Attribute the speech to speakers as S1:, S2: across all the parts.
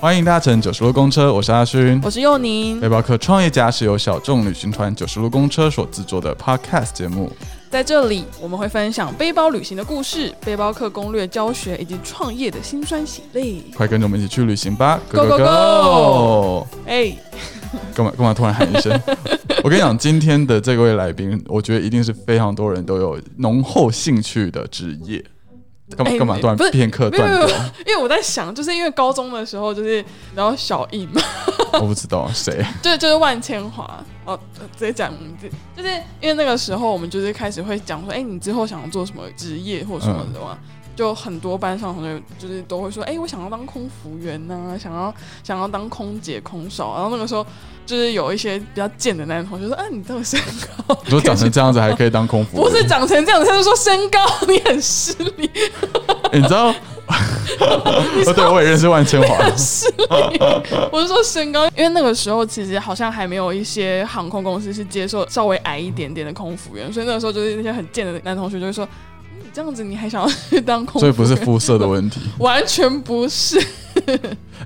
S1: 欢迎搭乘九十路公车，我是阿勋。
S2: 我是佑宁
S1: 背，包客创业家是由小众旅行团九十路公车所制作的 Podcast 节目。
S2: 在这里我们会分享背包旅行的故事、背包客攻略教学以及创业的辛酸血泪。
S1: 快跟着我们一起去旅行吧
S2: Go, go, go！哎、
S1: 干嘛干嘛突然喊一声？ 我跟你讲，今天的这位来宾，我觉得一定是非常多人都有浓厚兴趣的职业。干嘛
S2: 哎
S1: 干嘛
S2: 没
S1: 突然
S2: 不是
S1: 片刻
S2: 没有
S1: 断
S2: 没有，没
S1: 掉？
S2: 有因为我在想，就是因为高中的时候，就是然后小印嘛，
S1: 我不知道谁。
S2: 就就是万千华哦，直接讲名字，就是因为那个时候我们就是开始会讲说，哎、你之后想要做什么职业或什么的嘛。
S1: 嗯
S2: 就很多班上同学就是都会说，哎、我想要当空服员呐、想要想要当空姐、空少。然后那个时候就是有一些比较贱的男同学说，哎、你这个身高，
S1: 你说长成这样子还可以当空服？
S2: 不是长成这样，他就说身高你很失礼，
S1: 欸，你知道？ 哦，对，我也认识万千 华。
S2: 失礼。我是说身高，因为那个时候其实好像还没有一些航空公司是接受稍微矮一点点的空服员，所以那个时候就是那些很贱的男同学就会说，嗯你这样子你还想要去当空服
S1: 所以
S2: 员？
S1: 不是肤色的问题。
S2: 完全不是。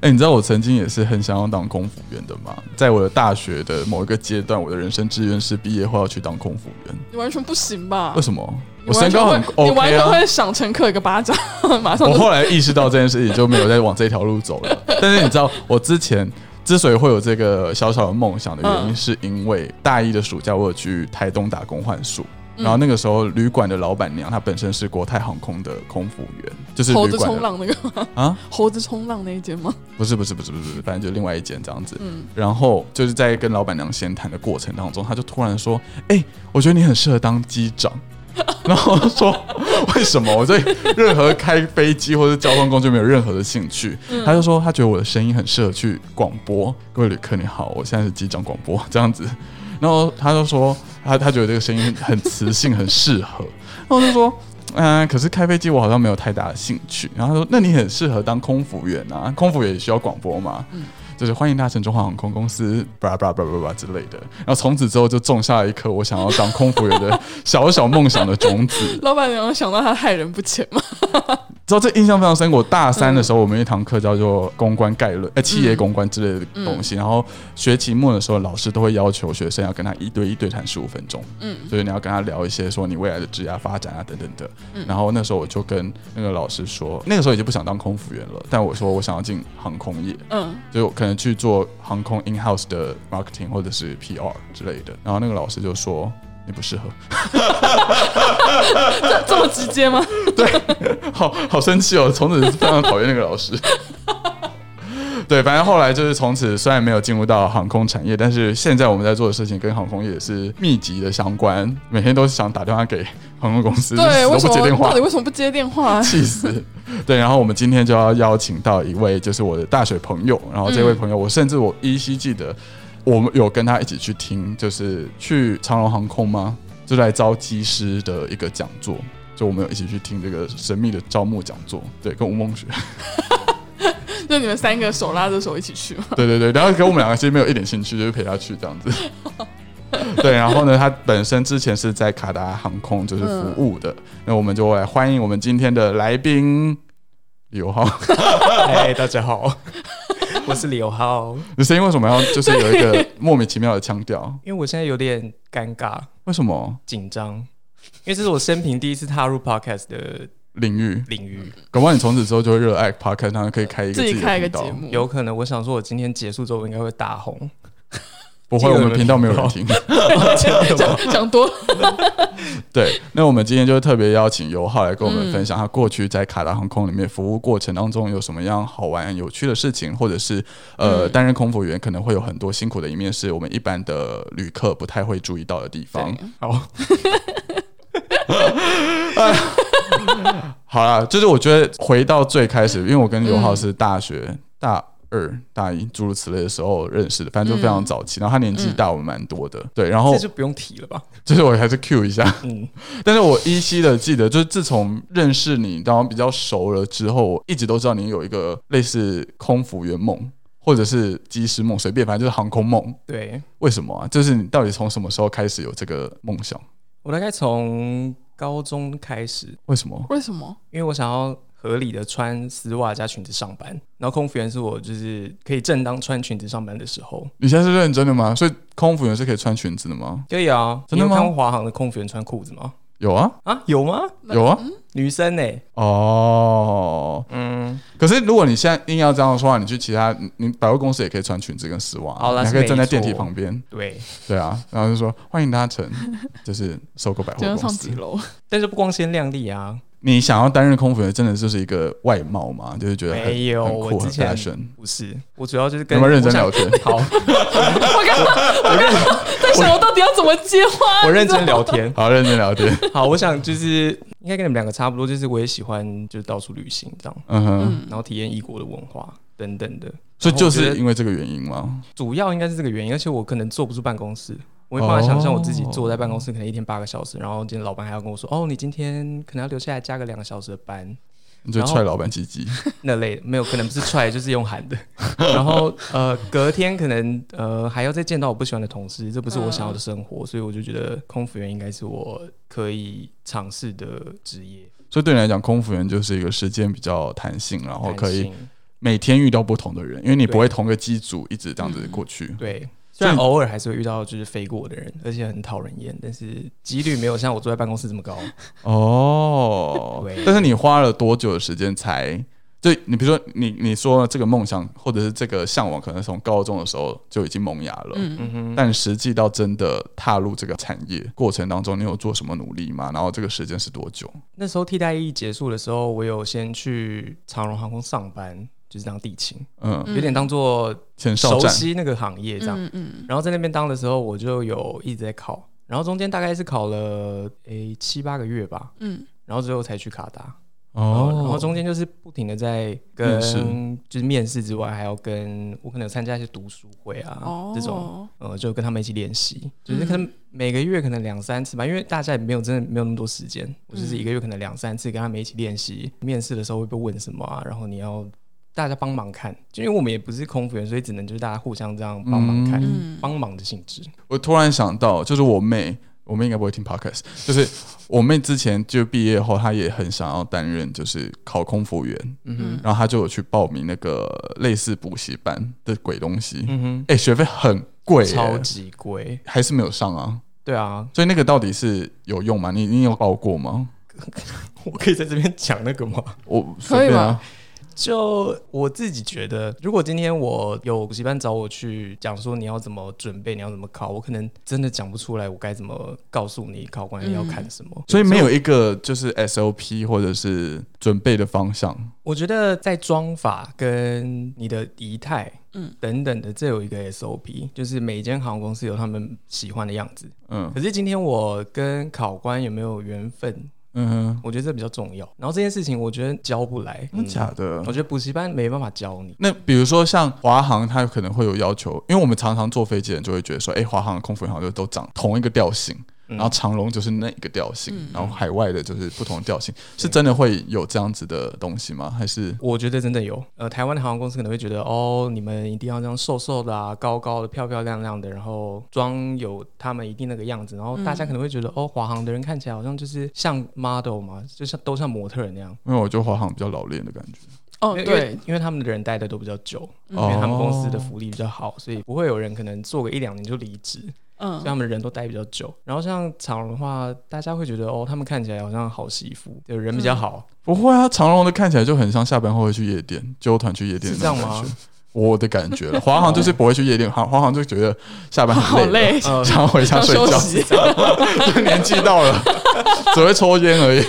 S1: 哎、你知道我曾经也是很想要当空服员的吗？在我的大学的某一个阶段，我的人生志愿是毕业后要去当空服员。
S2: 你完全不行吧
S1: 为？什么？
S2: 你
S1: 我
S2: 完
S1: 身
S2: 全
S1: 高
S2: 会，
S1: 很
S2: 你完
S1: OK
S2: 全
S1: 啊。
S2: 会赏乘客一个巴掌，马上
S1: 我
S2: 就
S1: 后来意识到这件事情，就没有再往这条路走了。但是你知道，我之前之所以会有这个小小的梦想的原因，
S2: 嗯
S1: 是因为大一的暑假我有去台东打工换宿。然后
S2: 嗯
S1: 那个时候，旅馆的老板娘她本身是国泰航空的空服员，就是
S2: 猴
S1: 旅
S2: 子
S1: 馆
S2: 冲
S1: 的
S2: 浪那个吗？
S1: 啊，
S2: 猴子冲浪那一间吗？
S1: 不是不是不是不是，反正就另外一间这样子。
S2: 嗯
S1: 然后就是在跟老板娘闲谈的过程当中，他就突然说：“哎、我觉得你很适合当机长。” 然后我说：“为什么？我对任何开飞机或者交通工具没有任何的兴趣。他就说：“他觉得我的声音很适合去广播。”各位旅客你好，我现在是机长广播这样子。然后他就说：“他他觉得这个声音很磁性，很适合。”然后我就说。嗯、可是开飞机我好像没有太大的兴趣。然后他说：“那你很适合当空服员啊，空服员也需要广播嘛。”就是欢迎搭乘中华航空公司，巴拉巴拉巴拉巴拉之类的。然后从此之后就种下了一颗我想要当空服员的 小小梦想的种子。
S2: 老板娘想到他害人不浅吗？
S1: 知道这印象非常深刻。我大三的时候，我们有一堂课叫做公关概论，哎、企业公关之类的东西。然后学期末的时候，老师都会要求学生要跟他一对一对谈十五分钟。嗯
S2: 嗯，
S1: 就是你要跟他聊一些说你未来的职业发展啊等等的。然后那时候我就跟那个老师说，那个时候已经不想当空服员了，但我说我想要进航空业。
S2: 嗯，
S1: 就可能去做航空 in house 的 marketing 或者是 PR 之类的。然后那个老师就说你不适合，
S2: 这这么直接吗？
S1: 好好生气哦，从此非常讨厌那个老师。 对，反正后来就是从此虽然没有进入到航空产业，但是现在我们在做的事情跟航空业是密集的相关，每天都是想打电话给航空公司，
S2: 对，
S1: 都
S2: 为
S1: 不
S2: 什
S1: 接电
S2: 么？
S1: 话
S2: 到底，为什么不接电话、啊？
S1: 气死。对，然后我们今天就要邀请到一位，就是我的大学朋友。然后这位朋友，我甚至我依稀记得，我们有跟他一起去听，就是去长荣航空吗？就来招机师的一个讲座，就我们有一起去听这个神秘的招募讲座。对，跟吴梦雪，
S2: 就你们三个手拉着手一起去吗？
S1: 对对对。然后跟我们两个其实没有一点兴趣，就是陪他去这样子。对，然后呢，他本身之前是在卡达航空就是服务的，那我们就来欢迎我们今天的来宾刘浩。
S3: 嗨，哎大家好， 我是刘浩。
S1: 你声音为什么 要就是有一个莫名其妙的腔调？
S3: 因为我现在有点尴尬、
S1: 为什么
S3: 紧张，因为这是我生平第一次踏入 podcast 的
S1: 领域？
S3: 领域，
S1: 搞不好你从此之后就会热爱 podcast，然后可以开一个
S2: 自己
S1: 的
S2: 开一个
S1: 频道
S2: 节，目，
S3: 有可能我想说，我今天结束之后我应该会大红。
S1: 不会，
S3: 自己有
S1: 我
S3: 人
S1: 们频道没有人听。
S2: 讲讲多了，
S1: 对，那我们今天就特别邀请尤浩来跟我
S2: 嗯
S1: 们分享他过去在卡达航空里面服务过程当中有什么样好玩、有趣的事情，或者是呃
S2: 嗯
S1: 担任空服员可能会有很多辛苦的一面，是我们一般的旅客不太会注意到的地方。
S3: 好，
S1: 好啦，就是我觉得回到最开始，因为我跟刘浩是大学、大二、大一诸如此类的时候认识的，反正就非常早期。然后他年纪大我们蛮多的，对。然后
S3: 这就不用提了吧。
S1: 就是我还是 Q 一下，
S3: 嗯，
S1: 但是我依稀的记得，就是自从认识你，然后比较熟了之后，我一直都知道你有一个类似空服员梦，或者是机师梦，随便，反正就是航空梦。
S3: 对
S1: 为什么啊？就是你到底从什么时候开始有这个梦想？
S3: 我大概从高中开始，
S1: 为什么？
S2: 为什么？
S3: 因为我想要合理的穿丝袜加裙子上班，然后空服员是我就是可以正当穿裙子上班的时候。
S1: 你现在是认真的吗？所以空服员是可以穿裙子的吗？
S3: 可以啊，
S1: 真的吗
S3: 你有看过华航的空服员穿裤子吗？
S1: 有啊，
S3: 啊，有吗？
S1: 有啊，
S3: 女生欸呢、
S1: 哦。
S3: 嗯，
S1: 可是如果你现在硬要这样说话，你去其他你你百货公司也可以穿裙子跟丝袜啊，
S3: 哦那
S1: 你还
S3: 是
S1: 可以站在
S3: 没错
S1: 电梯旁边，
S3: 对。
S1: 对啊，然后就说欢迎搭乘， 就是收购百货
S2: 就要上
S1: 公
S2: 几
S1: 司。
S2: 楼？
S3: 但是不光鲜亮丽啊，
S1: 你想要担任空服员，真的就是一个外貌吗？就是觉得很
S3: 没有
S1: 很
S3: 我
S1: 酷
S3: 之
S1: 很
S3: 前
S1: fashion。
S3: 不是，我主要就
S1: 有
S3: 是跟
S1: 没有认真
S3: 我想
S1: 聊天？
S3: 好，
S2: 我刚刚我刚刚在想，我到底要怎么接话？
S3: 我认真
S2: 你知道吗
S3: 聊天。
S1: 好，认真聊 天。
S3: 好，我想就是应该跟你们两个差不多，就是我也喜欢就是到处旅行这样，
S1: 嗯哼，
S2: 嗯
S3: 然后体验异国的文化等等的。
S1: 所以就
S3: 然后我觉
S1: 是
S3: 得
S1: 因为这个原因吗？
S3: 主要应该是这个原因，而且我可能坐不住办公室，我没办法想象我自
S1: 哦
S3: 己坐在办公室可能一天八个小时，然后今天老板还要跟我说，哦，你今天可能要留下来加个两个小时的班
S1: 你就
S3: 然后
S1: 踹老板鸡鸡，
S3: 那类的，没有，可能不是踹，就是 用喊的。然后呃，隔天可能呃还要再见到我不喜欢的同事，这不是我想要的生活，所以我就觉得空服员应该是我可以尝试的职业。
S1: 所以对你来讲，空服员就是一个时间比较弹性，然后哦可
S3: 弹
S1: 以
S3: 性
S1: 每天遇到不同的人，因为你不
S3: 对
S1: 会同个机组一直这样子过去。
S3: 对。
S1: 所
S3: 虽
S1: 以
S3: 然偶尔还是会遇到就是飞过的人，而且很讨人厌，但是几率没有像我坐在办公室这 么高。
S1: 哦
S3: 对，
S1: 但是你花了多久的时间才？就你比如说你你说这个梦想或者是这个向往，可能从高中的时候就已经萌芽了。
S2: 嗯，
S3: 嗯哼，
S1: 但实际到真的踏入这个产业过程当中，你有做什么努力吗？然后这个时间是多久？
S3: 那时候替代役结束的时候，我有先去长荣航空上班，就是当地勤，
S1: 嗯，
S2: 嗯
S3: 有点当做
S1: 前哨
S3: 熟
S1: 站
S3: 悉那个行业这样。
S2: 嗯嗯，
S3: 然后在那边当的时候，我就有一直在考，然后中间大概是考了诶七八个月吧，
S2: 嗯，
S3: 然后最后才去卡达。
S1: 哦
S3: 然后中间就是不停的在
S1: 面试
S3: 跟就是面试之外，还要跟我可能有参加一些读书会啊、
S2: 哦，
S3: 这种，呃，就跟他们一起练习，就是
S2: 嗯
S3: 可能每个月可能两三次吧，因为大家也没有真的没有那么多时
S2: 嗯
S3: 间，我就是一个月可能两三次跟他们一起练习。面试的时候会被问什么啊，然后你要大家帮忙看，就因为我们也不是空服员，所以只能就是大家互相这样帮忙看，
S2: 嗯
S3: 帮忙的性质。
S1: 我突然想到，就是我妹，我妹应该不会听 podcast，就是我妹之前就毕业后，她也很想要担任就是考空服员，
S2: 嗯
S3: 嗯哼，
S1: 然后她就有去报名那个类似补习班的鬼东西，哎、
S3: 嗯
S1: 学费很贵、
S3: 哼，超
S1: 欸，
S3: 级贵，
S1: 还是没有上啊。
S3: 对啊，
S1: 所以那个到底是有用吗？你你有报过吗？
S3: 我可以在这边讲那个吗？
S1: 我
S2: 可以
S1: 随便啊，
S3: 就我自己觉得，如果今天我有补习班找我去讲说你要怎么准备，你要怎么考，我可能真的讲不出来，我该怎么告诉你考官要看什么。
S1: 所以没有一个就是 SOP 或者是准备的方向。
S3: 我觉得在妆法跟你的仪态，
S2: 嗯
S3: 嗯，等等的，这有一个 SOP，就是每一间航空公司有他们喜欢的样子。
S1: 嗯
S3: 可是今天我跟考官有没有缘分，
S1: 嗯哼，
S3: 我觉得这比较重要。然后这件事情，我觉得教不来，
S1: 真的假
S3: 嗯
S1: 的？
S3: 我觉得补习班没办法教你。
S1: 那比如说像华航，它可能会有要求，因为我们常常坐飞机的人就会觉得说，哎、华航的空服员好像就都长同一个调性，
S3: 嗯
S1: 然后长龙就是那一个调性，
S2: 嗯
S1: 然后海外的就是不同的调性，是真的会有这样子的东西吗？还是
S3: 我觉得真的有，呃，台湾的航空公司可能会觉得，哦，你们一定要这样瘦瘦的啊，高高的，漂漂亮亮的，然后妆有他们一定那个样子，然后大
S2: 嗯
S3: 家可能会觉得，哦，华航的人看起来好像就是像 model 嘛，就像都像模特儿那样。
S1: 因为我觉得华航比较老练的感觉，
S2: 哦，
S3: 因为因
S2: 对嗯
S3: 为，因为他们的人待的都比较久，
S1: 哦
S3: 因为他们公司的福利比较好，所以不会有人可能做个一两年就离职，所以他
S2: 嗯，
S3: 们人都待比较久。然后像长荣的话，大家会觉得，哦，他们看起来好像好媳妇，就人比
S2: 嗯
S3: 较 好，
S1: 不会啊，长龙的看起来就很像下班后会去夜店，纠团去夜店
S3: 是
S1: 的
S3: 这
S1: 那
S3: 样
S1: 种感
S3: 吗哦
S1: 觉。？我的感觉 了，华航就是不会去夜店，华华航就觉得下班
S2: 好
S1: 很累
S2: 累，
S1: 了，
S3: 呃，
S1: 想要回家
S2: 想
S1: 睡
S2: 休
S1: 觉。
S2: 息，
S1: 年纪到了，只会抽烟而已，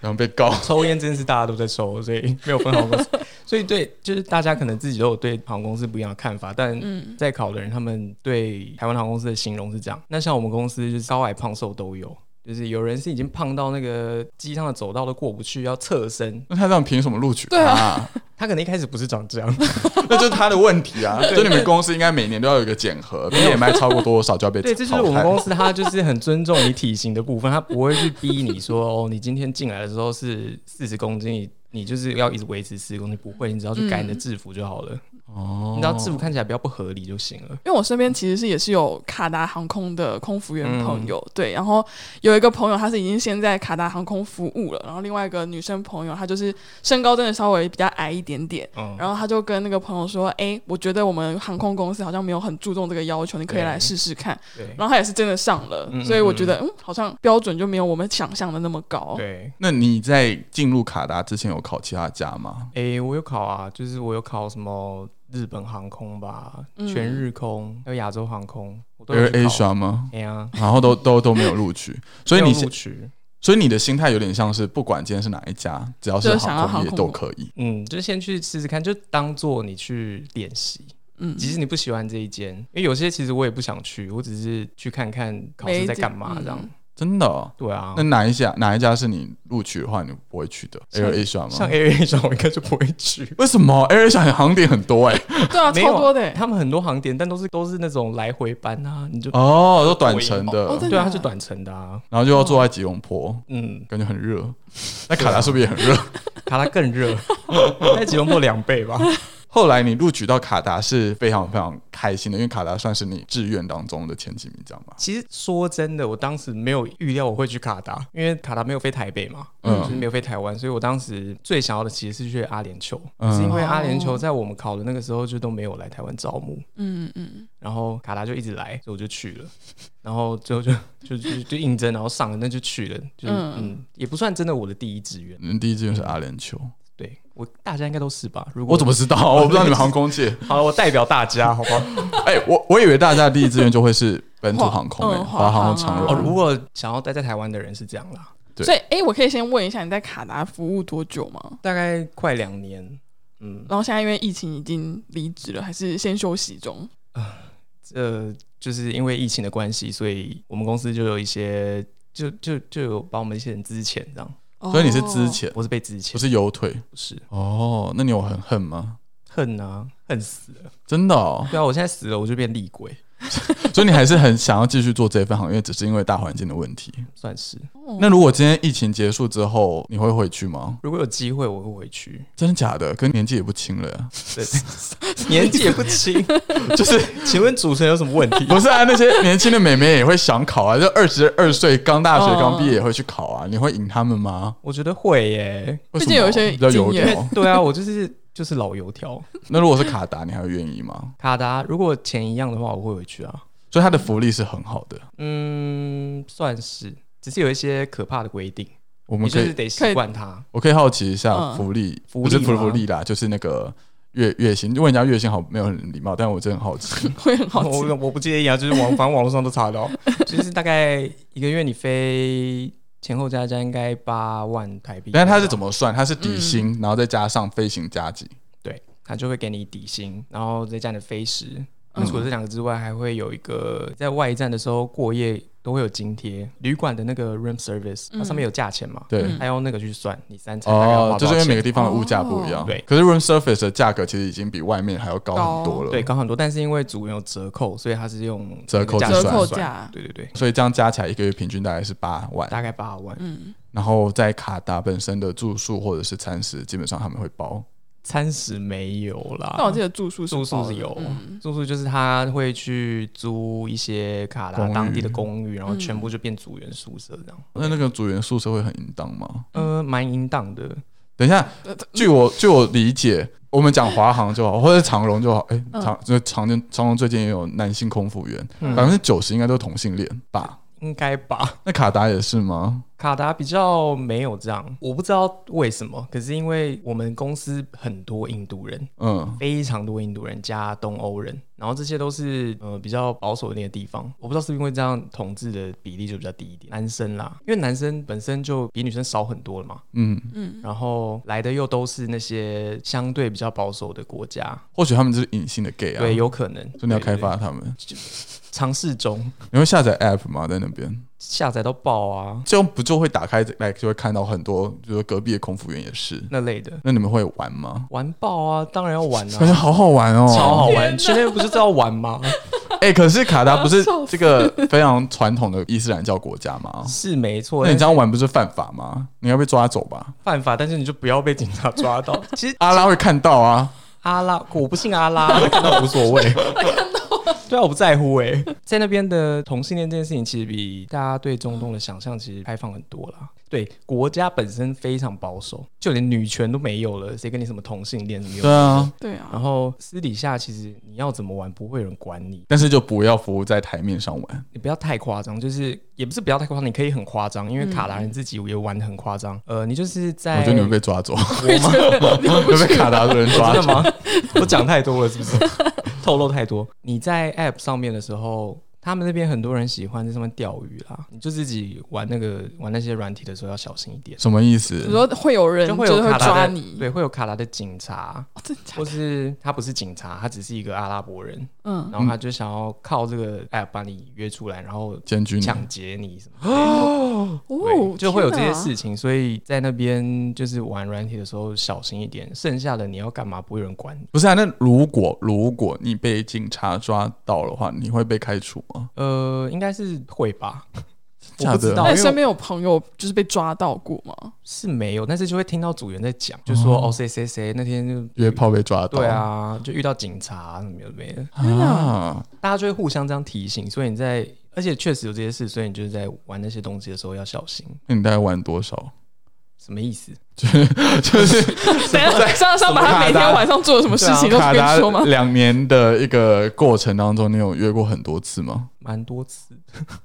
S1: 然后被告。
S3: 抽烟真是大家都在抽，所以没有分航空公司。所以对，就是大家可能自己都有对航空公司不一样的看法，但
S2: 嗯
S3: 在考的人他们对台湾航空公司的形容是这样。那像我们公司就是高矮胖瘦都有，就是有人是已经胖到那个机上的走道都过不去，要侧身。
S1: 那他这样凭什么录取他、
S2: 对
S3: 他可能一开始不是长这样，
S1: 那就是他的问题 啊！就你们公司应该每年都要有一个检核，BMI 超过多少就要被
S3: 对，这就是我们
S1: 淘汰
S3: 公司，他就是很尊重你体型的部分，他不会去逼你说哦，你今天进来的时候
S2: 嗯
S3: 是四十公斤，你你就是要一直维持四十公斤，不会，你只要去改你的制服就好了。
S1: 哦，
S3: 你知道制服看起来比较不合理就行了。
S2: 因为我身边其实是也是有卡达航空的空服员朋友，对，然后有一个朋友他是已经先在卡达航空服务了，然后另外一个女生朋友她就是身高真的稍微比较矮一点点，
S3: 嗯，
S2: 然后她就跟那个朋友说，哎、我觉得我们航空公司好像没有很注重这个要求，你可以
S3: 对
S2: 来试试看，
S3: 对
S2: 然后她也是真的上了，
S3: 嗯嗯
S2: 所以我觉得嗯，好像标准就没有我们想象的那么高，
S3: 对。
S1: 那你在进入卡达之前有考其他家吗？
S3: 诶、我有考啊，就是我有考什么日本航空吧，
S2: 嗯
S3: 全日空，还有亚洲航空，我都有
S1: Air
S3: 去考。
S1: Asia 吗？
S3: 哎呀，
S1: 然后都都都没有录取，所以
S3: 没
S1: 你
S3: 有
S1: 现
S3: 录取，
S1: 所以你的心态有点像是不管今天是哪一家，只要是
S2: 就是想要
S1: 航空业
S2: 航空
S1: 都可以。
S3: 嗯，就是先去试试看，就当做你去练习。
S2: 嗯，
S3: 即使你不喜欢这一间，因为有些其实我也不想去，我只是去看看考
S2: 没
S3: 试在
S2: 劲
S3: 干嘛这样。
S2: 嗯
S1: 真的哦、
S3: 对啊
S1: 那，哪一家哪一家是你录取的话你不会去的
S3: 像
S1: ？Air Asia
S3: 像
S1: 吗？
S3: A A 种我应该就不会去。
S1: 为什么 Air Asia 航点很多哎、
S2: 对啊，
S3: 没有
S2: 超多的欸，
S3: 他们很多航点，但都是都是那种来回班啊，你就、
S1: 哦，都短程
S2: 哦
S1: 的
S2: 真，的
S3: 对
S2: 假
S3: 啊，它是短程的啊。
S1: 然后就要坐在吉隆坡，
S3: 嗯，
S1: 感觉很热。那卡达是不是也很热？
S3: 卡拉更热， 在吉隆坡两倍吧。
S1: 后来你录取到卡达是非常非常开心的，因为卡达算是你志愿当中的前几名，这样吧？
S3: 其实说真的，我当时没有预料我会去卡达，因为卡达没有飞台北嘛，
S1: 嗯
S3: 就是没有飞台湾，所以我当时最想要的其实是去阿联酋，
S1: 嗯
S3: 是因
S2: 哦
S3: 为阿联酋在我们考的那个时候就都没有来台湾招募，
S2: 嗯嗯。
S3: 然后卡达就一直来，所以我就去了， 然后最后就 就就就应征，然后上了那就去了，就是
S2: 嗯
S3: 嗯也不算真的我的第一志愿，
S1: 你的第一志愿是阿联酋，
S3: 对我大家应该都是吧？如果
S1: 我怎么知道？我不知道你们航空界。
S3: 好了，我代表大家，好吧？
S1: 哎、我我以为大家的第一志愿就会是本土航空、哎、
S2: 嗯
S1: 华航、
S2: 华航啊
S1: 长
S3: 哦，
S1: 荣。
S3: 如果想要待在台湾的人是这样啦，
S1: 对
S2: 所以，哎、我可以先问一下你在卡达服务多久吗？
S3: 大概快两年，嗯。
S2: 然后现在因为疫情已经离职了，还是先休息中？
S3: 呃，就是因为疫情的关系，所以我们公司就有一些，就就就有把我们一些人资遣这样，
S1: 所以你是之前、
S3: 我是被资遣，
S1: 不是有腿
S3: 不是
S1: 哦？那你有很恨吗？
S3: 恨啊，恨死了。
S1: 真的哦，
S3: 对啊，我现在死了，我就变厉鬼，
S1: 所以你还是很想要继续做这份行业，只是因为大环境的问题。
S3: 算是。
S2: 哦
S1: 那如果今天疫情结束之后，你会回去吗？
S3: 如果有机会，我会回去。
S1: 真的假的？跟年纪也不轻了呀，
S3: 对， 年纪也不轻，
S1: 就是
S3: 请问主持人有什么问题？
S1: 不是啊？那些年轻的美眉也会想考啊，就二十二岁刚大学
S2: 哦
S1: 刚毕业也会去考啊，你会赢他们吗？
S3: 我觉得会耶、
S1: 为什么
S2: 毕竟有一些
S1: 比较油
S2: 经
S3: 因为
S1: 条。
S3: 对啊，我就是就是老油条。
S1: 那如果是卡达，你还会愿意吗？
S3: 卡达，如果钱一样的话，我会回去啊。
S1: 所以它的福利是很好的，
S3: 嗯，算是，只是有一些可怕的规定，
S1: 我
S3: 你
S1: 们可
S3: 就
S1: 以
S3: 是得习惯它。
S1: 我可以好奇一下
S2: 嗯，
S1: 福利，
S3: 福利
S1: 不是福
S3: 吗
S1: 福利啦，就是那个月月薪，问人家月薪好没有很礼貌，但我真的很好奇
S2: 会很好奇
S3: 我我不介意啊，就是网 反正网络上都查得到，就是大概一个月你飞前后加加应该八万台币，
S1: 但是他是怎？么算？他是底薪，然后再加上飞行加级，
S3: 对，他就会给你底薪，然后再加你的飞时。
S2: 嗯
S3: 除了这两个之外，还会有一个在外站的时候过夜都会有津贴，旅馆的那个 room service，它上面有价钱嘛，
S1: 对。
S2: 嗯
S3: 还用那个去算你三餐大概
S1: 嗯
S3: 要
S1: 哦
S3: 花，
S1: 就是
S3: 多少
S1: 因为每个
S3: 钱。
S1: 地方的物价不一样，
S2: 哦
S3: 对
S1: 可是 room service 的价格其实已经比外面还要高很多了，
S3: 对，，高很多，但是因为组员有折扣，所以他是用
S1: 折扣
S3: 那个
S1: 计
S2: 折
S3: 价
S1: 算
S3: 钱
S2: 扣
S3: 算，
S2: 价，
S3: 对对对，
S1: 所以这样加起来一个月平均大概是八万，
S3: 大概八万。
S2: 嗯，
S1: 然后在卡达本身的住宿或者是餐食，基本上他们会包，
S3: 餐食没有啦，
S2: 但我记得住宿
S3: 啊住宿
S2: 包的
S3: 是有
S2: 嗯
S3: 住宿就是他会去租一些卡
S1: 公
S3: 达
S1: 寓
S3: 当地的公寓，然后全部就变组员宿舍这样。
S1: 那那个组员宿舍会很淫荡吗？
S3: 呃，蛮淫荡的，
S1: 等一下，
S2: 呃这
S1: 据我据我理解，我们讲华航就好，或者长荣就好。哎、
S2: 嗯
S1: 长就长荣长荣最近也有男性空服员，
S3: 嗯
S1: 百分之九十应该都是同性恋吧？
S3: 应该吧？
S1: 那卡达也是吗？
S3: 卡达比较没有这样，我不知道为什么，可是因为我们公司很多印度人。
S1: 嗯，
S3: 非常多印度人加东欧人，然后这些都是呃比较保守一点的地方。我不知道是不是因为这样统治的比例就比较低一点，男生啦，因为男生本身就比女生少很多了嘛，
S1: 嗯，
S3: 然后来的又都是那些相对比较保守的国家，
S1: 或许他们就是隐性的 gay 啊。
S3: 对，，有可能。
S1: 所以你要
S3: 对
S1: 开
S3: 对
S1: 发他们。
S3: 对尝试中，
S1: 你会下载 app 吗？在那边
S3: 下载到爆啊
S1: 这样不就会打开来就会看到很多，比如说隔壁的空服员也是。
S3: 那类的，
S1: 那你们会玩吗？
S3: 玩爆啊，当然要玩
S1: 感觉
S3: 啊。
S1: 好好玩哦，
S3: 超好玩，前面不是都要玩吗？
S1: 哎、可是卡达不是
S2: 笑
S1: 这个非常传统的伊斯兰教国家吗？
S3: 是没错，
S1: 那你
S3: 但
S1: 这样玩不是犯法
S3: 哎
S1: 吗？你要被抓走吧？
S3: 犯法，但是你就不要被警察抓到。其实
S1: 阿拉会看到啊，
S3: 阿拉，我不姓阿 拉，看到无所谓。 对啊，我不在乎哎、在那边的同性恋这件事情，其实比大家对中东的想象其实开放很多啦。对，国家本身非常保守，就连女权都没有了，谁跟你什么同性恋什么有？
S1: 对啊，
S2: 对
S3: 然
S2: 啊，
S3: 后私底下其实你要怎么玩，不会有人管你。
S1: 但是就不要服务在台面上玩。
S3: 你不要太夸张，就是也不是不要太夸张，你可以很夸张，因为
S2: 嗯
S3: 卡达人自己也玩的很夸张。呃，你就是在
S1: 我觉得你会被抓 走，
S2: 我吗？你不
S1: 会被
S2: 去
S1: 卡达的人抓
S3: 真的
S1: 走。
S3: 吗？ 我讲太多了，是不 是？透露太多。你在 App 上面的时候，他们那边很多人喜欢在上面钓鱼啦。你就自己玩那个玩那些软体的时候要小心一点，
S1: 什么意
S2: 你
S1: 思？
S2: 说会有人
S3: 会
S2: 嗯就
S3: 有
S2: 是
S3: 卡
S2: 会
S3: 达
S2: 抓
S3: 的
S2: 你，
S3: 对，会有卡达的警察，
S2: 哦，真的假
S3: 或
S2: 的？
S3: 是他不是警察，他只是一个阿拉伯人，
S2: 嗯，
S3: 然后他就想要靠这个 App 把你约出来，然后
S1: 监军
S3: 抢劫你什么的。
S2: 嗯哦
S3: 对，，就会有这
S2: 天
S3: 些
S2: 哪
S3: 事情，所以在那边就是玩软体的时候小心一点，剩下的你要干嘛不会有人管你。
S1: 不是啊？那如果如果你被警察抓到的话，你会被开除吗？
S3: 呃，应该是会 吧，我
S1: 假的啊
S3: 不知道，
S2: 那你
S3: 因
S2: 身
S3: 为
S2: 边有朋友就是被抓到过 吗？
S3: 是没有，但是就会听到组员在讲，就说哦谁谁谁那天就
S1: 嗯约炮被抓到？
S3: 对，啊，就遇到警察什么有的没的，
S1: 啊，
S3: 大家就会互相这样提醒，所以你在。而且确实有这些事，所以你就是在玩那些东西的时候要小心。
S1: 那你大概玩多少？
S3: 什么意思？
S1: 就是
S2: 等一下啊上上把他每天晚上做了什么事
S3: 啊
S2: 情都
S1: 卡达
S2: 跟说吗？
S1: 两年的一个过程当中，你有约过很多次吗？
S3: 蛮多次，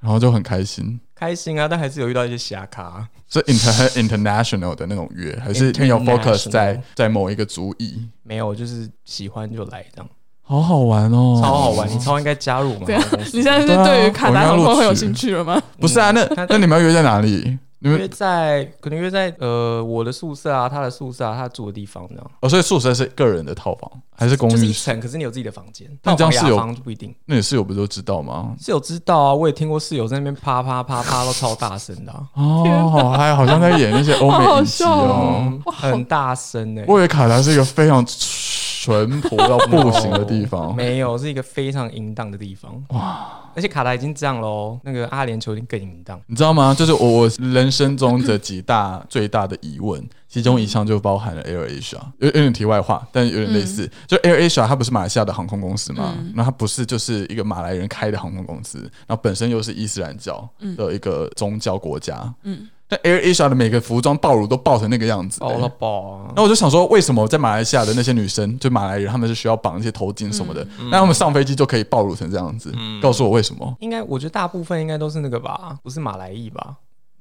S1: 然后就很开心，
S3: 开心啊，但还是有遇到一些啊瞎咖。
S1: 是 inter 很 international 的那种约，还是你有 focus
S3: International
S1: 在在某一个族裔？
S3: 没有，就是喜欢就来这样，
S1: 好好玩哦，
S3: 超好玩。你超应该加入我们
S2: 对啊
S3: 航空公司。
S2: 你现在是
S1: 对啊
S2: 对于卡达
S1: 我应该
S2: 航
S1: 录
S2: 空
S1: 取
S2: 很有兴趣了吗？
S1: 不是啊，那
S3: 嗯
S1: 那你们要约在哪里？你
S3: 约
S1: 们
S3: 在可能约在呃我的宿舍啊，他的宿舍啊，他住的地方这样，
S1: 哦，所以宿舍是个人的套房还是公
S3: 就是
S1: 寓
S3: 一
S1: 式？
S3: 层，可是你有自己的房间，
S1: 那这样
S3: 套
S1: 是
S3: 房
S1: 有
S3: 雅房就不一定。
S1: 那你室友不就知道吗？
S3: 室友知道啊，我也听过室友在那边啪啪啪啪到超大声的、 啊，
S1: 哦，好嗨，好像在演那些 欧
S2: 好
S1: 美
S2: 好
S1: 影集
S2: 笑
S1: 哦
S2: 哦。
S3: 嗯，很大声呢、欸
S1: 我以为卡达是一个非常淳朴到不行的地 方，
S3: 没有，是一个非常淫荡的地方哇！而且卡达已经这样喽，那个阿联酋已经更淫荡。
S1: 你知道吗？就是我我人生中的几大最大的疑问，其中一项就包含了 Air Asia，有有点题外话，但有点类似。就 Air Asia 它不是马来西亚的航空公司嘛？那、它不是就是一个马来人开的航空公司，然后本身又是伊斯兰教的一个宗教国家。嗯，但 Air Asia 的每个服装暴露都暴成那个样子、欸
S3: 爆了爆啊！
S1: 那我就想说，为什么在马来西亚的那些女生，就马来人，她们是需要绑一些头巾什么的，那她们上飞机就可以暴露成这样子？告诉我为什么？
S3: 应该我觉得大部分应该都是那个吧，不是马来裔吧？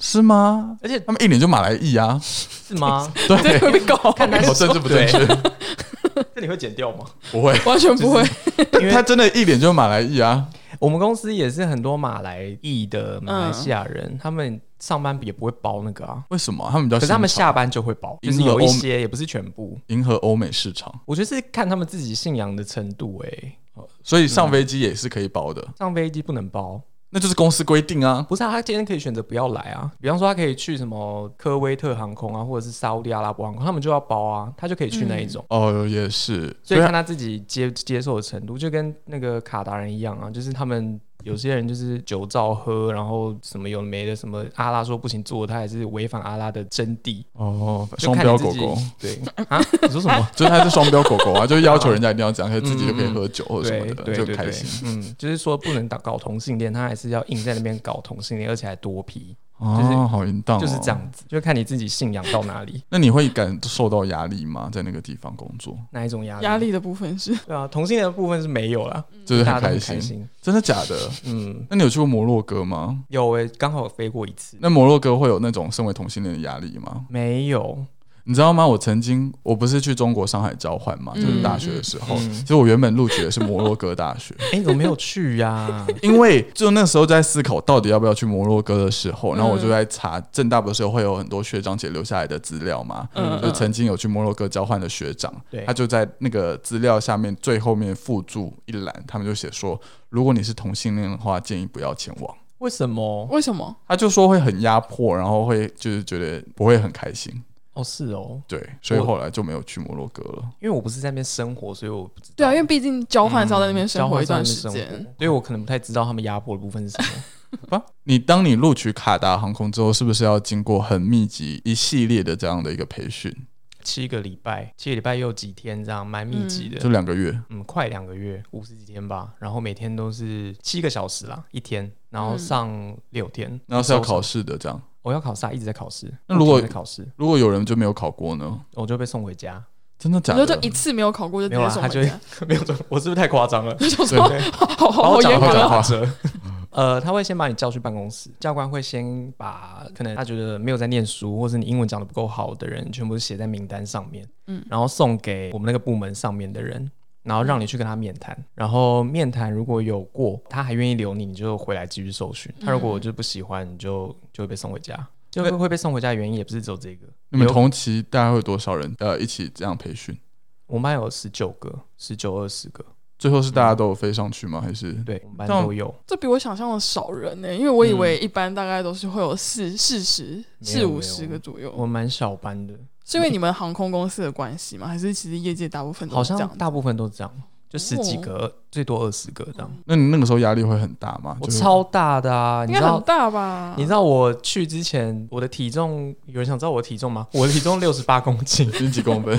S1: 是吗？
S3: 而且
S1: 她们一脸就马来裔啊，
S3: 是吗？
S2: 对，会被告，
S3: 看他
S1: 好哦政治不正确，
S3: 这你会剪掉吗？
S1: 不会。
S2: 完全不会。
S3: 因为
S1: 她真的一脸就是马来裔啊，
S3: 我们公司也是很多马来裔的马来西亚人，他们上班也不会包那个啊，
S1: 为什么？他们比较
S3: 可是他们
S1: 新潮
S3: 下班就会包，
S1: 迎
S3: 就
S1: 合
S3: 是有一
S1: 欧
S3: 些也不是全部。
S1: 迎合欧美市场，
S3: 我觉得是看他们自己信仰的程度、欸，
S1: 所以上飞机也是可以包的，
S3: 上飞机不能包，
S1: 那就是公司规定啊。
S3: 不是啊，他今天可以选择不要来啊。比方说，他可以去什么科威特航空啊，或者是沙烏地阿拉伯航空，他们就要包啊，他就可以去那一种。
S1: 哦，也是，
S3: 所以
S1: 对啊
S3: 看他自己接接受的程度，就跟那个卡达人一样啊，就是他们有些人就是酒照喝，然后什么有的没的，什么阿拉说不行做，他还是违反阿拉的真谛。
S1: 哦，
S3: 就
S1: 双
S3: 看
S1: 标
S3: 你自
S1: 狗
S3: 己
S1: 狗，
S3: 对 啊，你说什么？
S1: 就是他是双标狗狗啊，就是要求人家一定要这样，可是自己就可以喝酒或者什么
S3: 对
S1: 的，
S3: 对
S1: 就
S3: 对
S1: 很开
S3: 对
S1: 心。，
S3: 嗯，就是说不能搞搞同性恋，他还是要硬在那边搞同性恋，而且还多批，就是
S1: 哦，好淫荡、哦，
S3: 就是这。样子，就看你自己信仰到哪里，
S1: 那你会感受到压力吗？在那个地方工作，
S3: 哪一种压力。
S2: 压力的部分是
S3: 对啊，同性恋的部分是没有啦，
S1: 嗯就是
S3: 大
S1: 很
S3: 家都
S1: 开
S3: 很
S1: 心，
S3: 开心。
S1: 真的假的？
S3: 嗯，
S1: 那你有去过摩洛哥吗？
S3: 有诶、刚好飞过一次，
S1: 那摩洛哥会有那种身为同性恋的压力吗？
S3: 没有，
S1: 你知道吗？我曾经我不是去中国上海交换嘛，就是大学的时候，
S3: 嗯
S1: 其实我原本录取的是摩洛哥大 学，
S3: 哎、你怎么没有去呀、
S1: 因为就那时候在思考到底要不要去摩洛哥的时
S3: 嗯
S1: 候，然后我就在查正大不是会有很多学长姐留下来的资料嘛，
S2: 嗯
S1: 就曾经有去摩洛哥交换的学长
S3: 对，
S1: 他就在那个资料下面最后面附注一栏，他们就写说，如果你是同性恋的话，建议不要前往。
S3: 为什么？
S2: 为什么？
S1: 他就说会很压迫，然后会就是觉得不会很开心，
S3: 哦，是哦，
S1: 对，所以
S3: 我
S1: 后来就没有去摩洛哥了。
S3: 因为我不是在那边生活，所以我不知道。
S2: 对啊，因为毕竟交换是要在那边生
S3: 嗯交
S2: 活
S3: 换
S2: 一
S3: 上
S2: 段
S3: 面
S2: 时
S3: 生活
S2: 间，，
S3: 所以我可能不太知道他们压迫的部分是什么。
S1: 吧？你当你录取卡达航空之后，是不是要经过很密集一系列的这样的一个培训？
S3: 七个礼拜，七个礼拜又几天这样，蛮密集的。
S1: 就两个月，
S3: 嗯，快两个月，五十几天吧，然后每天都是七个小时啦，一天，然后上六天，
S1: 然后是要考，试的这样。
S3: 我要考试啊，一直在考试，
S1: 那如果
S3: 一直在考试，
S1: 如果有人就没有考过呢？
S3: 我就被送回家，
S1: 真的假
S2: 你说
S1: 的？
S2: 就一次没有考过就直
S3: 没有啊
S2: 接
S3: 啦，
S2: 送
S3: 他
S2: 回
S3: 就
S2: 家，
S3: 没有，我是不是太夸张了？
S2: 就想
S1: 对
S2: 说 好好好严格
S1: 好讲
S2: 啊，
S1: 话
S3: 折。呃，他会先把你叫去办公室，教官会先把可能他觉得没有在念书，或是你英文讲的不够好的人，全部写在名单上面，
S2: 嗯
S3: 然后送给我们那个部门上面的人，然后让你去跟他面谈，然后面谈如果有过，他还愿意留你，你就回来继续受训；
S2: 嗯
S3: 他如果就不喜欢，你就就会被送回家。就会会被送回家的原因也不是只有这个，
S1: 你们
S3: 有
S1: 同期大概会有多少人？呃，一起这样培训？
S3: 我们班有十九个，十九二十个，
S1: 最后是大家都有飞上去吗？还是
S3: 对，我们班
S1: 这样
S3: 都有。
S2: 这比我想象的少人呢、因为我以为
S3: 嗯
S2: 一般大概都是会有四四十、
S3: 没有
S2: 四五
S3: 没
S2: 十
S3: 有
S2: 个左右，
S3: 我蛮小班的，
S2: 是因为你们航空公司的关系吗？还是其实业界大部分
S3: 好
S2: 都是这
S3: 像
S2: 样？哦
S3: 大部分都是这样，就十几个，最多二十个这样。
S1: 那你那个时候压力会很大吗？
S3: 我
S1: 就是
S3: 超大的啊！
S2: 嗯应
S3: 你
S2: 该
S3: 知
S2: 很
S3: 道，
S2: 大吧？
S3: 你知道我去之前我的体重，有人想知道我的体重 吗？我的体重六十八公斤，
S1: 你几公 分？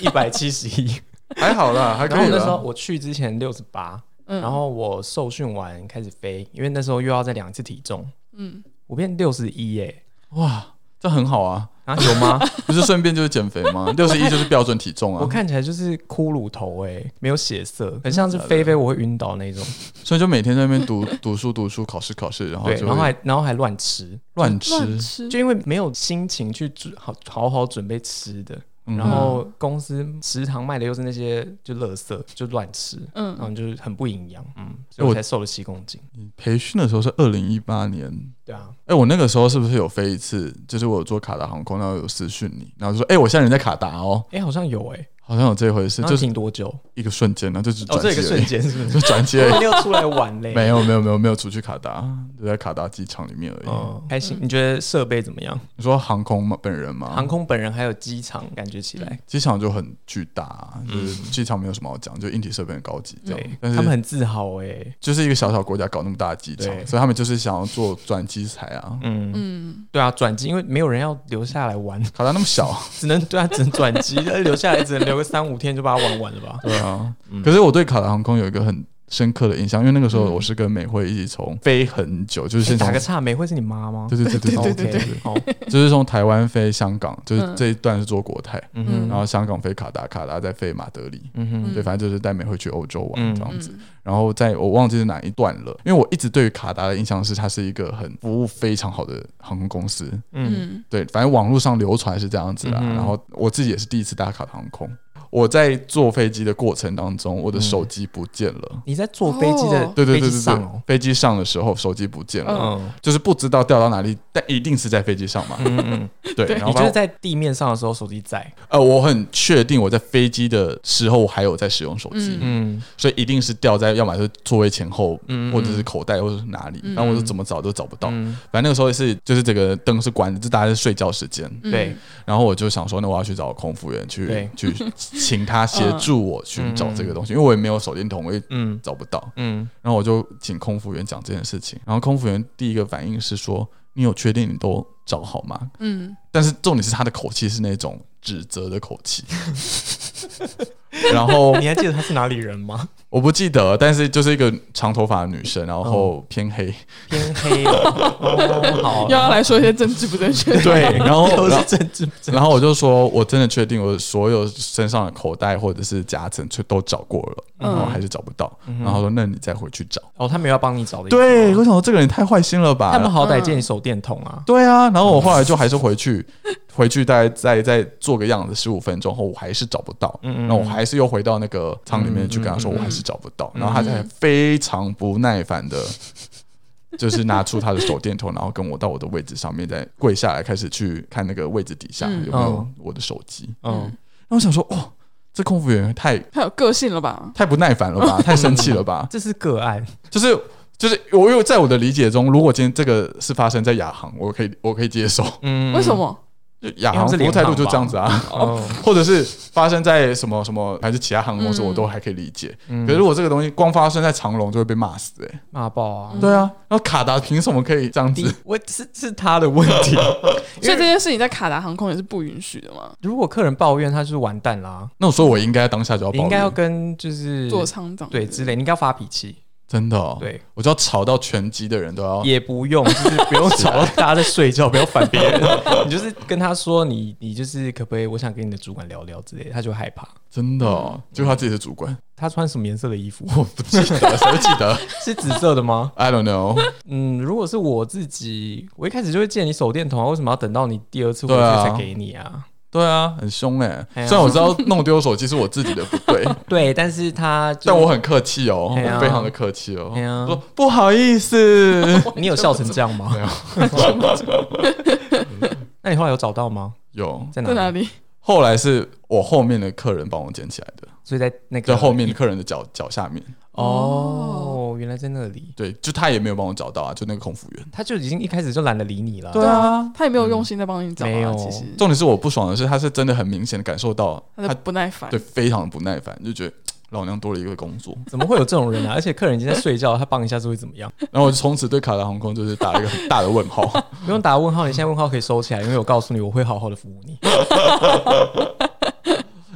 S3: 一百七十一。
S1: 还好啦，还可
S3: 然后
S1: 以
S3: 那时候
S1: 啦。
S3: 我去之前六十八，
S2: 嗯，
S3: 然后我受训完开始飞，因为那时候又要再量一次体重，
S2: 嗯，
S3: 我变六十一耶。
S1: 哇，这很好啊，
S3: 啊，有吗？
S1: 不是顺便就是减肥 吗？六十一就是标准体重
S3: 我
S1: 啊，
S3: 看起来就是骷髅头哎，没有血色，很像是飞飞我会晕倒那种。
S1: 所以就每天在那边读读书、读书、考试、考试，然后哦
S3: 对，
S1: 就
S3: 然后
S1: 会
S3: 还然后还乱吃，
S1: 乱
S2: 乱
S1: 吃。
S2: 吃
S3: 就因为没有心情去准好好好准备吃的，
S1: 嗯
S3: 然后公司食堂卖的又是那些就垃圾，就乱吃，
S2: 嗯
S3: 然后就是很不营养，嗯，所以我才瘦了七公斤。
S1: 嗯培训的时候是二零一八年。
S3: 对啊，
S1: 哎、我那个时候是不是有飞一次？就是我有做卡达航空，然后有私讯你，然后就说：“哎、我现在人在卡达哦，
S3: 哎，好像有哎，
S1: 好像有这回事，
S3: 那
S1: 就是
S3: 停多久？
S1: 一个瞬间，然啊后就只
S3: 哦，
S1: 转机
S3: 这一个
S1: 而
S3: 瞬
S1: 已，
S3: 间哦是不 是？
S1: 就转机而已。
S3: 你又出来玩嘞？
S1: 没，有没有没有没有出去卡达，就在卡达机场里面而已。
S3: 嗯，开心。你觉得设备怎么样？
S1: 你说航空吗？本人吗？
S3: 航空本人还有机场，感觉起来，
S1: 机场就很巨大啊、就是机场没有什么好讲，就硬体设备很高级这样。
S3: 嗯对，
S1: 嗯但是
S3: 他们很自豪哎。
S1: 就是一个小小国家搞那么大的机场，
S3: 对
S1: 所以他们就是想要做转机材啊。
S3: 嗯，
S2: 嗯，
S3: 对啊，转机，因为没有人要留下来玩，
S1: 卡达那么小，
S3: 只能对啊，只能转机，留下来只能留个三五天就把它玩完了吧？
S1: 对 啊。
S3: 嗯
S1: 可是我对卡达航空有一个很深刻的印象，因为那个时候我是跟美惠一起从飞很久，就是
S3: 欸
S1: 先从
S3: 打个岔，美惠是你妈吗？
S1: 对对对对
S3: 哦
S1: 对
S2: 对
S1: 对
S2: 对
S1: 对，
S3: 好，
S1: 就是从台湾飞香港，就是
S2: 嗯
S1: 这一段是坐国泰，
S3: 嗯
S2: 嗯
S1: 然后香港飞卡达，卡达再飞马德里。
S3: 嗯哼，
S1: 对，反正就是带美惠去欧洲玩
S3: 嗯
S1: 这样子，
S2: 嗯
S1: 然后在我忘记是哪一段了，因为我一直对于卡达的印象是它是一个很服务非常好的航空公司，
S3: 嗯
S2: 嗯
S1: 对，反正网络上流传是这样子啦。
S3: 嗯哼
S1: 然后我自己也是第一次搭卡航空，我在坐飞机的过程当中，我的
S3: 嗯
S1: 手机不见了。
S3: 你在坐飞机的
S2: 哦
S1: 对对
S3: 飞
S1: 对
S3: 机
S1: 对
S3: 上
S1: 对
S3: 哦，，
S1: 飞机上的时候手机不见了，
S3: 嗯
S1: 就是不知道掉到哪里，但一定是在飞机上嘛。
S3: 嗯 嗯，
S1: 对，
S2: 对
S1: 然后
S3: 你
S1: 反
S3: 就
S1: 正
S3: 是在地面上的时候手机在，
S1: 呃，我很确定我在飞机的时候我还有在使用手机，
S3: 嗯
S1: 所以一定是掉在要么是座位前后，
S3: 嗯
S1: 或者是口袋，或者是哪里。
S2: 嗯
S1: 然后我就怎么找都找不到。
S3: 嗯，
S1: 反正那个时候是就是这个灯是关的，就大家是睡觉时间。
S2: 嗯
S3: 对，
S1: 然后我就想说，那我要去找空服员去
S3: 对
S1: 去请他协助我去找这个东西，因为我也没有手电筒，我也
S3: 嗯
S1: 找不到。
S3: 嗯
S1: 然后我就请空服员讲这件事情，然后空服员第一个反应是说：“你有确定你都找好吗
S2: 嗯，？”
S1: 但是重点是他的口气是那种指责的口气。 然后
S3: 哦你还记得他是哪里人吗？
S1: 我不记得，但是就是一个长头发的女生，然后偏黑，
S3: 偏黑哦，哦 好，
S2: 要来说一些政治不正确的，
S1: 对，然后
S3: 都
S1: 然后
S3: 是政治不正，
S1: 然后我就说，我真的确定我所有身上的口袋或者是夹层全都找过了，
S2: 嗯
S1: 然后还是找不到。
S3: 嗯
S1: 然后说，那你再回去找。
S3: 哦，他没有要帮你找的，，
S1: 对，我想说这个人也太坏心了
S3: 他们
S1: 吧。
S3: 好歹借你手电筒啊，
S1: 对啊，然后我后来就还是回去， 回去大概再再做个样子，十五分钟后我还是找不到，
S3: 嗯
S1: 然后我还是又回到那个舱里面去跟他说
S3: 嗯嗯
S1: 我还是找不到，然后他才
S2: 嗯
S1: 非常不耐烦的，就是拿出他的手电筒，然后跟我到我的位置上面再跪下来开始去看那个位置底下
S2: 嗯
S1: 有没有
S3: 嗯
S1: 我的手机，
S3: 嗯
S1: 然后我想说，哦，这空服员太
S2: 太有个性了吧？
S1: 太不耐烦了 吧，太生气了吧？
S3: 这是个案，
S1: 就是就是，我又在我的理解中，如果今天这个是发生在亚航，我可以我可以接受，
S3: 嗯
S2: 为什？么？
S1: 就亚
S3: 因为他
S1: 航
S3: 们是
S1: 服务
S3: 联
S1: 态度
S3: 航
S1: 就
S3: 吧
S1: 这样子啊，
S3: 哦，
S1: 或者是发生在什么什么还是其他航空公司，
S2: 嗯
S1: 我都还可以理解。
S3: 嗯
S1: 可是如果这个东西光发生在长隆，就会被骂死哎、
S3: 骂爆啊！
S1: 对啊，然后卡达凭什么可以这样
S3: 第
S1: 子
S3: 一？，我是是他的问题。
S2: 所以这件事情在卡达航空也是不允许的嘛，
S3: 如果客人抱怨，他就是完蛋啦。
S1: 那我说我应该当下就要
S3: 你
S1: 哦抱
S3: 应该要
S1: 怨，
S3: 跟就是
S2: 座舱长
S3: 对之类，你应该要发脾气。
S1: 真的、哦，
S3: 对，
S1: 我就要吵到全机的人都要。
S3: 也不用，就是不用吵到大家在睡觉，不要烦别
S1: 啊
S3: 人。你就是跟他说，你你就是可不可以，我想跟你的主管聊聊之类的，他就会害怕。
S1: 真的、哦，
S3: 嗯
S1: 就他自己是主管，
S3: 他穿什么颜色的衣服？
S1: 我不记得，谁会记得
S3: 是紫色的吗？
S1: ？I don't know。
S3: 嗯，如果是我自己，我一开始就会借你手电筒啊，为什么要等到你第二次回去
S1: 对啊
S3: 才给你啊？
S1: 对啊，很凶哎、
S3: 哎呀
S1: 虽然我知道弄丢手机是我自己的不 对，
S3: 对，但是他就
S1: 但我很客气哦，
S3: 哎呀
S1: 我非常的客气哦。
S3: 哎呀
S1: 我说不好意思，
S3: 你有笑成这样 吗？那你后来有找到吗？
S1: 有。
S3: 在
S2: 在
S3: 哪
S2: 哪
S3: 里？啊
S2: 里？
S1: 后来是我后面的客人帮我捡起来的，
S3: 所以在那个
S1: 在后面的客人的脚脚下面。
S3: 哦，原来在那里，
S1: 对，就他也没有帮我找到啊，就那个空服员。
S3: 他就已经一开始就懒得理你了。
S1: 对啊，
S2: 他也没有用心在帮你找
S3: 嗯没有
S2: 啊，其实
S1: 重点是我不爽的是，他是真的很明显的感受到
S2: 他的
S1: 他
S2: 不耐烦
S1: 对。非常不耐烦，就觉得老娘多了一个工作。
S3: 怎么会有这种人啊？而且客人已经在睡觉，他帮一下是会怎么样？
S1: 然后我就从此对卡达航空就是打了一个很大的问号。
S3: 不用打问号，你现在问号可以收起来，因为我告诉你，我会好好的服务你。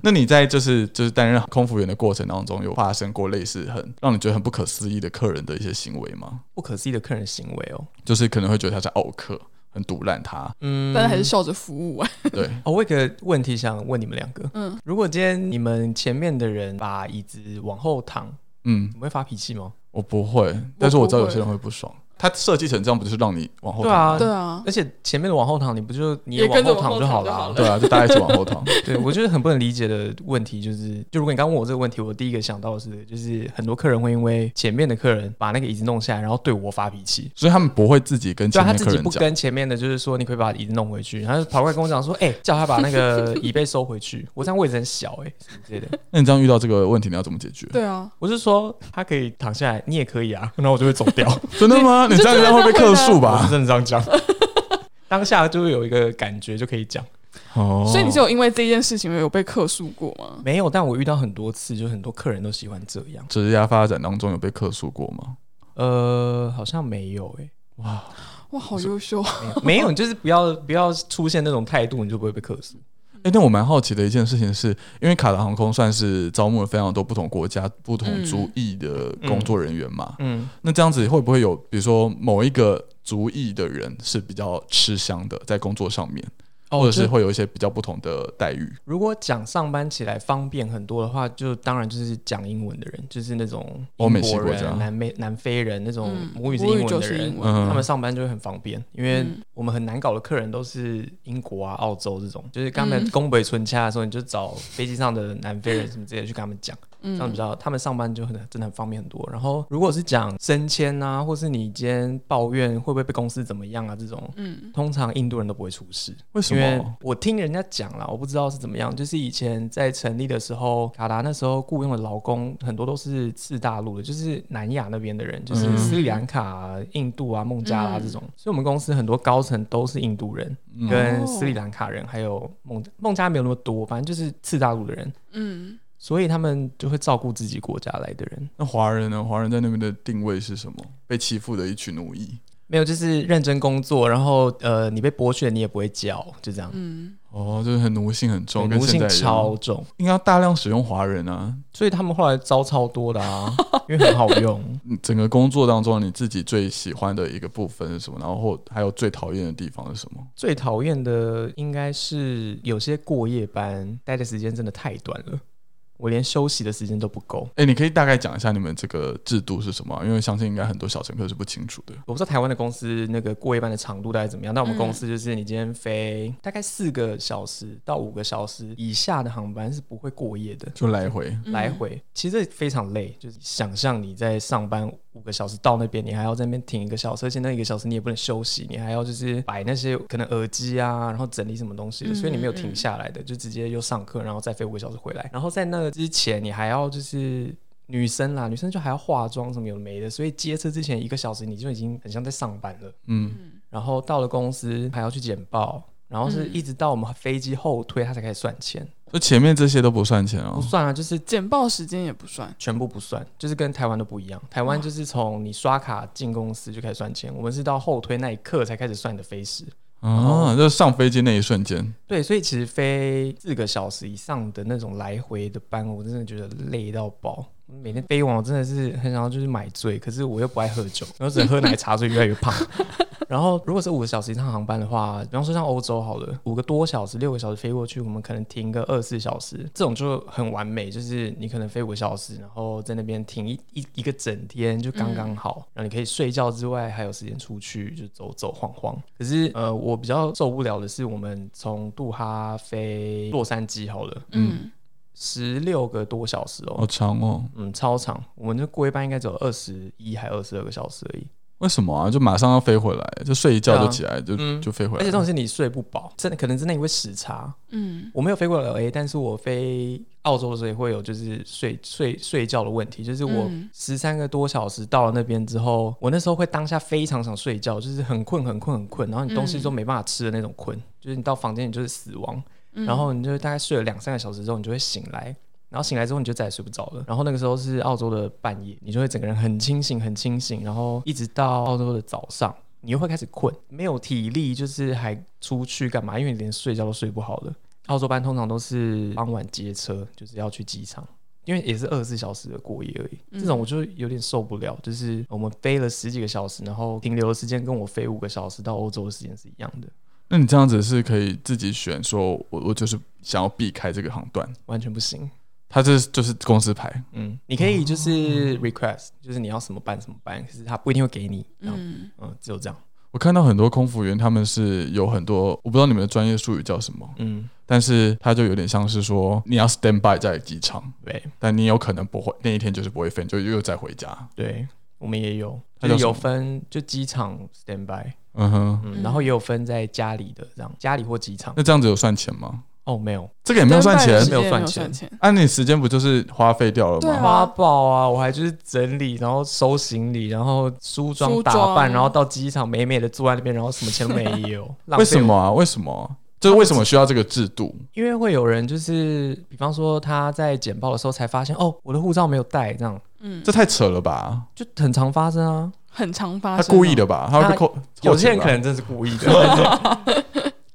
S1: 那你在就是就是担任空服员的过程当中，有发生过类似很让你觉得很不可思议的客人的一些行为吗？
S3: 不可思议的客人行为哦，
S1: 就是可能会觉得他是傲客，很毒烂他。
S3: 嗯
S2: 但是还是笑着服务啊，
S1: 对，
S3: 哦，我有个问题想问你们两个，嗯，如果今天你们前面的人把椅子往后躺，
S1: 嗯
S3: 你，们会发脾气吗？
S1: 我不会，但是我知道有些人会不爽。他设计成这样，不就是让你往后
S3: 对
S1: 躺？
S3: 啊，
S2: 对啊，
S3: 而且前面的往后躺，你不就你
S2: 也
S3: 往
S2: 跟着
S3: 后
S2: 往后
S3: 躺就好
S2: 躺就好
S3: 了
S2: 了。
S1: 对啊，就大家一起往后 躺。
S3: 对，我就是很不能理解的问题，就是就如果你刚问我这个问题，我第一个想到的是，就是很多客人会因为前面的客人把那个椅子弄下来，然后对我发脾气。
S1: 所以他们不会自己跟
S3: 对
S1: 前
S3: 啊他
S1: 面
S3: 自
S1: 客
S3: 己
S1: 人
S3: 不
S1: 讲，
S3: 跟前面的，就是说你可以把椅子弄回去，然后跑过来跟我讲说，哎、叫他把那个椅背收回去。我这样位置很小、哎，什么之类的。
S1: 那你这样遇到这个问题，你要怎么解决？
S2: 对啊，
S3: 我是说他可以躺下来，你也可以啊，然后我就会走 掉。
S1: 真的吗？
S2: 你
S1: 你这样
S2: 就
S1: 子
S2: 真的
S1: 会被
S2: 会
S1: 客
S2: 的
S1: 诉
S3: 我是
S1: 吧？
S3: 真的这样讲，当下就会有一个感觉就可以讲。
S1: 哦，
S2: 所以你是有因为这件事情有被客诉过吗？
S3: 没有，但我遇到很多次，就很多客人都喜欢这样。
S1: 职业发展当中有被客诉过吗？
S3: 呃，好像没有、哎。
S1: 哇，
S2: 哇，好优秀！
S3: 没有 没有，你就是不要不要出现那种态度，你就不会被克诉。
S1: 哎、那我蛮好奇的一件事情是，因为卡达航空算是招募了非常多不同国家、不同族裔的工作人员嘛，
S3: 嗯，
S1: 那这样子会不会有，比如说某一个族裔的人是比较吃香的，在工作上面，
S3: 哦
S1: 或者是
S3: 就
S1: 会有一些比较不同的待遇？
S3: 如果讲上班起来方便很多的话，就当然就是讲英文的人，就是那种
S1: 欧美
S3: 英
S1: 系
S3: 国
S1: 国家
S3: 人、南美南非人那种
S2: 嗯
S3: 母语是
S2: 母语
S3: 英文
S2: 就
S3: 的
S2: 是
S3: 人
S2: 英，文
S1: 啊嗯，
S3: 他们上班就会很方便，因为
S2: 嗯
S3: 我们很难搞的客人都是英国啊、澳洲这种，就是跟他们
S2: 嗯
S3: 东北纯掐的时候，你就找飞机上的南非人什么之类的去跟他们讲。这样
S2: 嗯，
S3: 比较，他们上班就很真的很方便很多。然后如果是讲升迁啊，或是你今天抱怨会不会被公司怎么样啊这种，
S2: 嗯
S3: 通常印度人都不会出事，
S1: 为什
S3: 因为
S1: 么？
S3: 我听人家讲啦，我不知道是怎么样，就是以前在成立的时候，卡达那时候雇佣的劳工很多都是次大陆的，就是南亚那边的人，就是
S1: 嗯
S3: 斯里兰卡啊、印度啊、孟加拉
S2: 嗯
S3: 这种，所以我们公司很多高层都是印度人、
S1: 嗯
S3: 跟斯里兰卡人，还有孟孟加拉没有那么多，反正就是次大陆的人。
S2: 嗯，
S3: 所以他们就会照顾自己国家来的人，
S1: 那华人呢？华人在那边的定位是什么？被欺负的一群奴役。
S3: 没有就是认真工作，然后呃，你被剥削你也不会叫，就这样，
S2: 嗯，
S1: 哦，就是很奴性很重，
S3: 奴
S1: 跟现在
S3: 性
S1: 一样，
S3: 超重，
S1: 应该要大量使用华人啊。
S3: 所以他们后来招超多的啊，因为很好用。
S1: 嗯整个工作当中，你自己最喜欢的一个部分是什么？然后或还有最讨厌的地方是什么？
S3: 最讨厌的应该是有些过夜班待的时间真的太短了，我连休息的时间都不够。
S1: 哎、你可以大概讲一下你们这个制度是什么啊？因为相信应该很多小乘客是不清楚的。
S3: 我不知道台湾的公司那个过夜班的长度大概怎么样，但我
S2: 嗯
S3: 们公司就是你今天飞大概四个小时到五个小时以下的航班是不会过夜的。
S1: 就来回，
S2: 嗯
S3: 来回，其实这非常累。就是想象你在上班五个小时到那边，你还要在那边停一个小时，而且那一个小时你也不能休息，你还要就是摆那些可能耳机啊，然后整理什么东西的，
S2: 嗯
S3: 所以你没有停下来的，就直接又上课，然后再飞五个小时回来。然后在那之前，你还要就是。女生啦，女生就还要化妆什么有的没的，所以接车之前一个小时你就已经很像在上班了。
S1: 嗯，
S3: 然后到了公司还要去简报，然后
S2: 嗯
S3: 是一直到我们飞机后推，他才开始算钱，
S1: 就前面这些都不算钱
S3: 不
S1: 哦。
S3: 算啊，就是
S2: 简报时间也不算，
S3: 全部不算，就是跟台湾都不一样。台湾就是从你刷卡进公司就开始算钱，我们是到后推那一刻才开始算你的飞时。
S1: 啊，就是上飞机那一瞬间，
S3: 对，所以其实飞四个小时以上的那种来回的班，我真的觉得累到爆。每天飞完，我真的是很想要就是买醉，可是我又不爱喝酒，然后只能喝奶茶，所以越来越胖。然后如果是五个小时以上航班的话，比方说像欧洲好了，五个多小时、六个小时飞过去，我们可能停个二十四小时，这种就很完美，就是你可能飞五个小时，然后在那边停一一一个整天，就刚刚好，然后你可以睡觉之外还有时间出去就走走晃晃。可是呃，我比较受不了的是，我们从杜哈飞洛杉矶好了，
S2: 嗯，
S3: 十六个多小时哦。
S1: 好长哦。
S3: 嗯，超长，我们这过一班应该只有二十一还二十二个小时而已。
S1: 为什么啊？就马上要飞回来，就睡一觉
S3: 对啊
S1: 就起来，就、
S3: 嗯
S1: 就飞回
S3: 而
S1: 来。
S3: 且重点是你睡不饱，真的可能真的因为时差。
S2: 嗯，
S3: 我没有飞过 L A，但是我飞澳洲的时候也会有就是睡睡睡觉的问题，就是我
S2: 嗯
S3: 十三个多小时到了那边之后，我那时候会当下非常想睡觉，就是很困很困很困，然后你东西都没办法吃的那种困，就是你到房间你就是死亡，
S2: 嗯
S3: 然后你就大概睡了两三个小时之后，你就会醒来。然后醒来之后你就再也睡不着了。然后那个时候是澳洲的半夜，你就会整个人很清醒，很清醒。然后一直到澳洲的早上，你又会开始困，没有体力，就是还出去干嘛？因为你连睡觉都睡不好了。澳洲班通常都是傍晚接车，就是要去机场，因为也是二十四小时的过夜而已。这种我就有点受不了，就是我们飞了十几个小时，然后停留的时间跟我飞五个小时到欧洲的时间是一样的，
S1: 那你这样子是可以自己选，说我我就是想要避开这个航段，
S3: 完全不行。
S1: 它这就是公司牌。
S3: 嗯，你可以就是 request，就是你要什么班什么班，可是他不一定会给你。这样，嗯只有这样。
S1: 我看到很多空服员，他们是有很多，我不知道你们的专业术语叫什么，
S3: 嗯，
S1: 但是它就有点像是说你要 stand by 在机场，
S3: 对
S1: 但你有可能不会那一天就是不会飞，你就又再回家。
S3: 对，我们也有，
S1: 它
S3: 就
S1: 叫
S3: 是有
S1: 什么
S3: 分就机场 stand by，
S1: 嗯哼，
S3: 嗯，然后也有分在家里的这样，家里或机场。
S1: 那这样子有算钱吗？
S3: 哦，没有，
S1: 这个也没有算钱
S2: 但
S3: 没，有
S2: 时间
S3: 算
S2: 没有
S3: 钱
S2: 算钱，
S1: 按、你时间不就是花费掉了
S2: 对
S1: 吗？
S2: 啊
S3: 花豹啊，我还就是整理，然后收行李，然后梳妆
S2: 梳
S3: 打扮，
S2: 妆
S3: 然后到机场美美的坐在那边，然后什么钱都没有。浪费
S1: 为什么？啊？为什么啊？就是为什么需要这个制度？
S3: 因为会有人就是，比方说他在简报的时候才发现，哦，我的护照没有带，这样
S2: 嗯，
S1: 这太扯了吧！
S3: 就很常发生啊。
S2: 很常发
S1: 他
S2: 生，
S1: 故意，的吧？他会被扣。
S3: 有
S1: 扣
S3: 些
S1: 钱
S3: 人
S1: 吧
S3: 可能真是故 意的。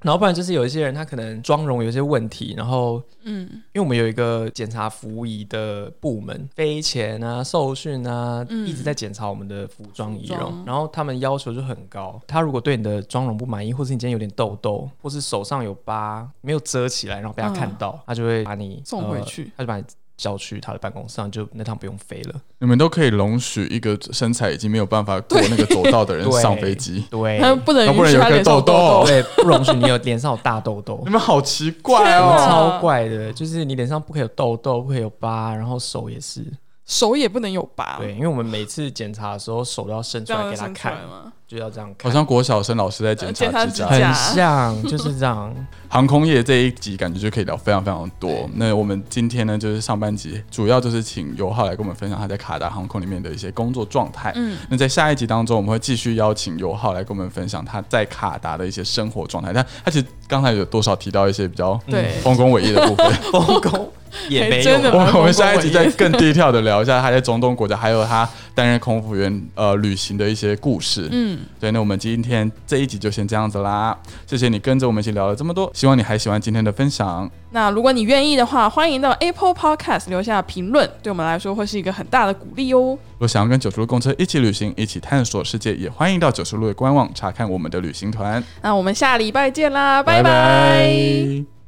S3: 然后不然就是有一些人，他可能妆容有一些问题，然后
S2: 嗯
S3: 因为我们有一个检查服仪的部门，飞前啊、受训啊，
S2: 嗯
S3: 一直在检查我们的服装仪
S2: 服
S3: 容
S2: 装，
S3: 然后他们要求就很高。他如果对你的妆容不满意，或是你今天有点痘痘，或是手上有疤没有遮起来，然后被他看到，他就会把你
S2: 啊送回去
S3: 呃他就把你叫去他的办公室，然后就那趟不用飞了。
S1: 你们都可以容许一个身材已经没有办法过那个走道的人
S3: 对
S1: 上飞机，
S3: 对，
S2: 他不能
S1: 他不
S2: 允
S1: 能
S2: 许
S1: 有
S2: 他
S1: 一个
S2: 脸上
S1: 痘
S2: 有
S1: 痘
S2: 痘，
S3: 对，不容许你有脸上有大痘痘
S1: 你。们好奇怪
S2: 天
S1: 哦！
S2: 啊
S3: 超怪的，就是你脸上不可以有痘痘，不可以有疤，然后手也是，
S2: 手也不能有疤，
S3: 对，因为我们每次检查的时候，手都要伸出
S2: 啊这
S3: 来
S2: 样
S3: 给他
S2: 生出来
S3: 看，
S2: 吗？
S3: 就要这样看
S1: 好，像国小生老师在检
S2: 检
S1: 查
S2: 查
S1: 指甲
S2: 指。甲
S3: 很像，就是这样。
S1: 啊航空业这一集感觉就可以聊非常非常多。那我们今天呢，就是上半集主要就是请尤浩来跟我们分享他在卡达航空里面的一些工作状态。
S2: 嗯
S1: 那在下一集当中，我们会继续邀请尤浩来跟我们分享他在卡达的一些生活状态。但他其实刚才有多少提到一些比较
S2: 对
S3: 嗯
S1: 丰功伟业的部分。
S3: 丰功也没
S2: 哎真的
S3: 有，
S2: 吗
S1: 我我们下一集
S3: 丰功伟
S1: 再
S3: 业
S1: 更低调的聊一下他在中东国家，还有他担任空服员呃旅行的一些故事。
S2: 嗯，
S1: 对，那我们今天这一集就先这样子啦，谢谢你跟着我们一起聊了这么多，希望你还喜欢今天的分享。
S2: 那如果你愿意的话，欢迎到 Apple Podcast 留下评论，对我们来说会是一个很大的鼓励哦。
S1: 如果想要跟九十路公车一起旅行，一起探索世界，也欢迎到九十路的官网查看我们的旅行团。
S2: 那我们下礼拜见啦，拜拜。
S1: 拜